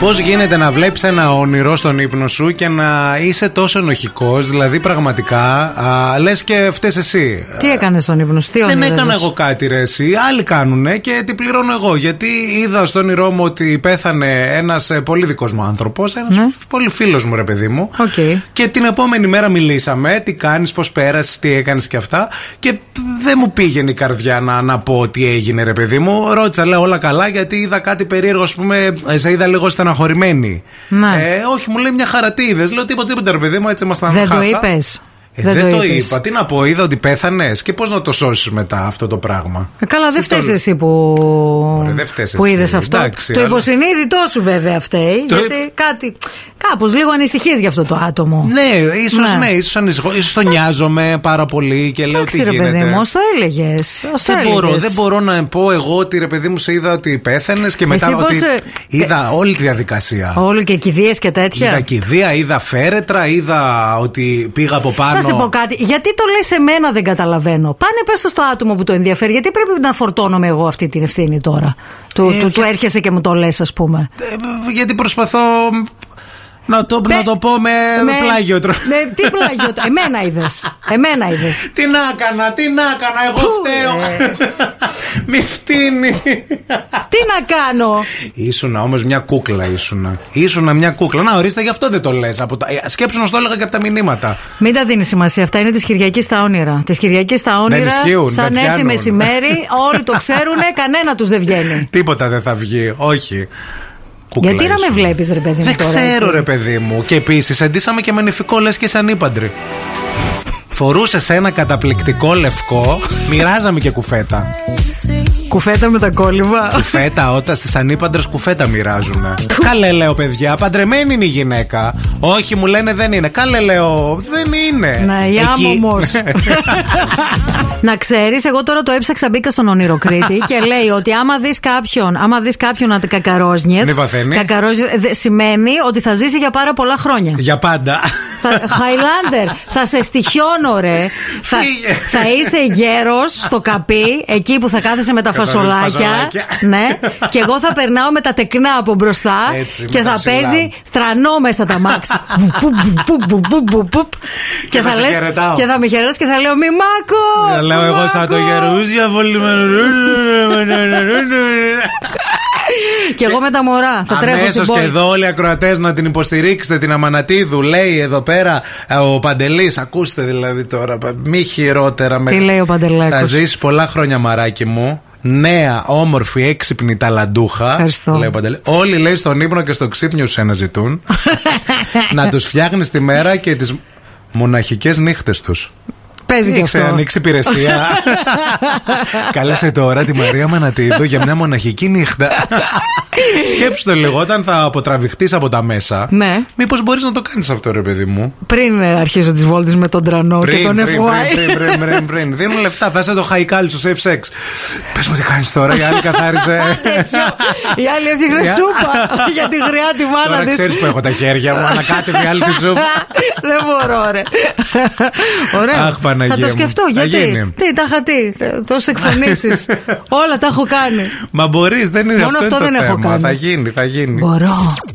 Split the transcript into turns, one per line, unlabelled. Πώς γίνεται να βλέπεις ένα όνειρο στον ύπνο σου και να είσαι τόσο ενοχικός, δηλαδή πραγματικά λες και φταίει εσύ.
Τι έκανες στον ύπνο σου, τι
Δεν
όνειρος
έκανα
είδες?
εγώ κάτι ρε εσύ, άλλοι κάνουνε και την πληρώνω εγώ γιατί είδα στον όνειρό μου ότι πέθανε ένας ε, πολύ δικός μου άνθρωπος, ένας
Ναι.
πολύ φίλος μου ρε παιδί μου
Οκ.
και την επόμενη μέρα μιλήσαμε, τι κάνεις, πώς πέρασες, τι έκανες και αυτά και δεν μου πήγαινε η καρδιά να, να πω τι έγινε ρε παιδί μου, ρώτησα λέω όλα καλά γιατί είδα κάτι περίεργο ας πούμε, ε, σε είδα λίγο στεναχωρημένη
Ναι.
ε, όχι μου λέει μια χαρά τι είδες, λέω τίποτα τίποτα ρε παιδί μου έτσι ήμασταν
Δεν το
χάθα.
είπες.
Ε, δεν, το, είπα. Τι να πω, είδα ότι πέθανες και πώς να το σώσεις μετά αυτό το πράγμα.
Ε, Καλά, δεν
Εσύ το-
φταίεις εσύ που,
Ωραία, δεν φταίς
που
εσύ.
είδες αυτό.
Εντάξει,
το
αλλά-
υποσυνείδητό σου βέβαια φταίει.
Το-
Γιατί κάτι. Κάπως λίγο ανησυχείς για αυτό το άτομο.
Ναι, ίσως
Ναι.
ναι, ίσως ανησυχώ. ίσως το νοιάζομαι πάρα πολύ και λέω
Εντάξει,
τι
ρε
γίνεται.
παιδί μου, α το έλεγες.
δεν μπορώ, δεν μπορώ να πω εγώ ότι ρε παιδί μου σε είδα ότι πέθανες και μετά
Εσύ πώς,
ότι.
ε,
Είδα όλη τη διαδικασία.
Όλο και κηδείες και τέτοια.
Είδα κηδεία, είδα φέρετρα, είδα ότι πήγα από πάνω.
Θα σε πω κάτι. Γιατί το λες εμένα δεν καταλαβαίνω. Πάνε πες στο άτομο που το ενδιαφέρει. Γιατί πρέπει να φορτώνομαι εγώ αυτή την ευθύνη τώρα. Του,
Ε,
του,
και-
του έρχεσαι και μου το λες, ας πούμε.
Ε, Γιατί προσπαθώ να το, να
Πε-
το πω με, Ε, πλάγιο τρόπο.
Με, τι πλάγιο τρόπο. Εμένα είδες. Εμένα είδες.
Τι να έκανα, τι να έκανα, εγώ
Πού, Ε.
φταίω. Μη φτύνει.
τι να κάνω.
Ήσουνα όμως μια κούκλα, ήσουνα. Ήσουνα μια κούκλα. Να ορίστε, γι' αυτό δεν το λες. Τα... ε, Σκέψου να στο έλεγα και από τα μηνύματα.
Μην τα δίνεις σημασία. Αυτά είναι της Κυριακής τα όνειρα. Της Κυριακής τα όνειρα.
ισχύουν,
σαν
δεν
έρθει
Ναι, πιάνουν.
μεσημέρι, όλοι το ξέρουν, κανένα τους δεν βγαίνει.
Τίποτα δεν θα βγει, όχι. Κούκλα
Γιατί να με
ήσουν.
βλέπεις, ρε παιδί μου.
Δεν
τώρα,
ξέρω,
έτσι?
ρε παιδί μου. Και επίσης, αντίσαμε και με νηφικό, λες και σαν ύπαντρη. Φορούσε ένα καταπληκτικό λευκό, μοιράζαμε και κουφέτα.
Κουφέτα με τα κόλληβα.
Κουφέτα, όταν στις ανήπαντρες κουφέτα μοιράζουν. Καλέ, λέω παιδιά, παντρεμένη είναι η γυναίκα. Όχι, μου λένε δεν είναι. Καλέ, λέω, δεν είναι.
Ναι, η άμμο. να ξέρεις, εγώ τώρα το έψαξα, μπήκα στον ονειροκρήτη και λέει ότι άμα δεις κάποιον, άμα δεις κάποιον να κακαρόζνιετ.
Ναι, παθαίνει.
σημαίνει ότι θα ζήσει για πάρα πολλά χρόνια.
Για πάντα.
Θα- Χαϊλάντερ, θα σε στοιχιώνω ρε. θα,
Φύγε.
θα είσαι γέρος στο καπί, εκεί που θα κάθεσαι με τα
Καθαρούς
φασολάκια.
φασολάκια.
ναι, και εγώ θα περνάω με τα τεκνά από μπροστά
Έτσι, με
και
τα
θα
ψηλά.
παίζει τρανό μέσα τα μάξι. Βουπ, βουπ, βουπ, βουπ, βουπ, βουπ.
Και θα σε
λες-
χαιρετάω.
και θα με χαιρετάς και θα λέω Μη μάκο!
Λέω
μη
εγώ σαν
μάκο!»
το γερούζια βολυμένο.
Και εγώ με τα μωρά. Θα τρέχω στην
Αμέσως και
πόλη.
εδώ όλοι οι ακροατές να την υποστηρίξετε την Αμανατίδου. Λέει εδώ πέρα ε, ο Παντελής. Ακούστε δηλαδή τώρα. πα- Μη χειρότερα με.
Τι λέει ο Παντελάκος?
Θα ζήσει πολλά χρόνια μαράκι μου. Νέα, όμορφη, έξυπνη, ταλαντούχα.
Ευχαριστώ.
Λέει ο Παντελής. Όλοι λέει στον ύπνο και στο ξύπνιο σου αναζητούν. να τους φτιάχνεις τη μέρα και τις μοναχικές νύχτες τους.
Παίζει και
Ανοίξε,
αυτό.
ανοίξει υπηρεσία. Κάλεσε τώρα τη Μαρία Μανατίδου για μια μοναχική νύχτα. Σκέψτε το λίγο, όταν θα αποτραβηχτείς από τα μέσα.
Ναι.
Μήπως μπορείς να το κάνεις αυτό, ρε παιδί μου.
Πριν ε, αρχίζω τις βόλτες με τον τρανό και τον
πριν,
FY.
πριν, πριν, πριν, πριν. Δίνουν λεφτά, θα είσαι το χαϊκάλι στο safe sex. Πες μου τι κάνεις τώρα, η άλλη καθάρισε.
τέτοιο. Η άλλη έφτιαχνε
Για-
σούπα για τη γριά τη μάνα
Τώρα
της.
ξέρεις που έχω τα χέρια μου, ανακάτευε η άλλη τη ζούπα.
Δεν μπορώ, ρε. Ωραία.
Αχ, Παναγία
Θα το
μου.
σκεφτώ.
Θα
Γιατί.
γίνει.
Τι, τα είχα τι. Τόσες εκφωνήσεις. Όλα τα έχω κάνει.
Μα μπορείς, δεν είναι
Μόνο
αυτό.
αυτό
είναι το
δεν έχω
θέμα.
κάνει.
Θα γίνει, θα γίνει.
Μπορώ.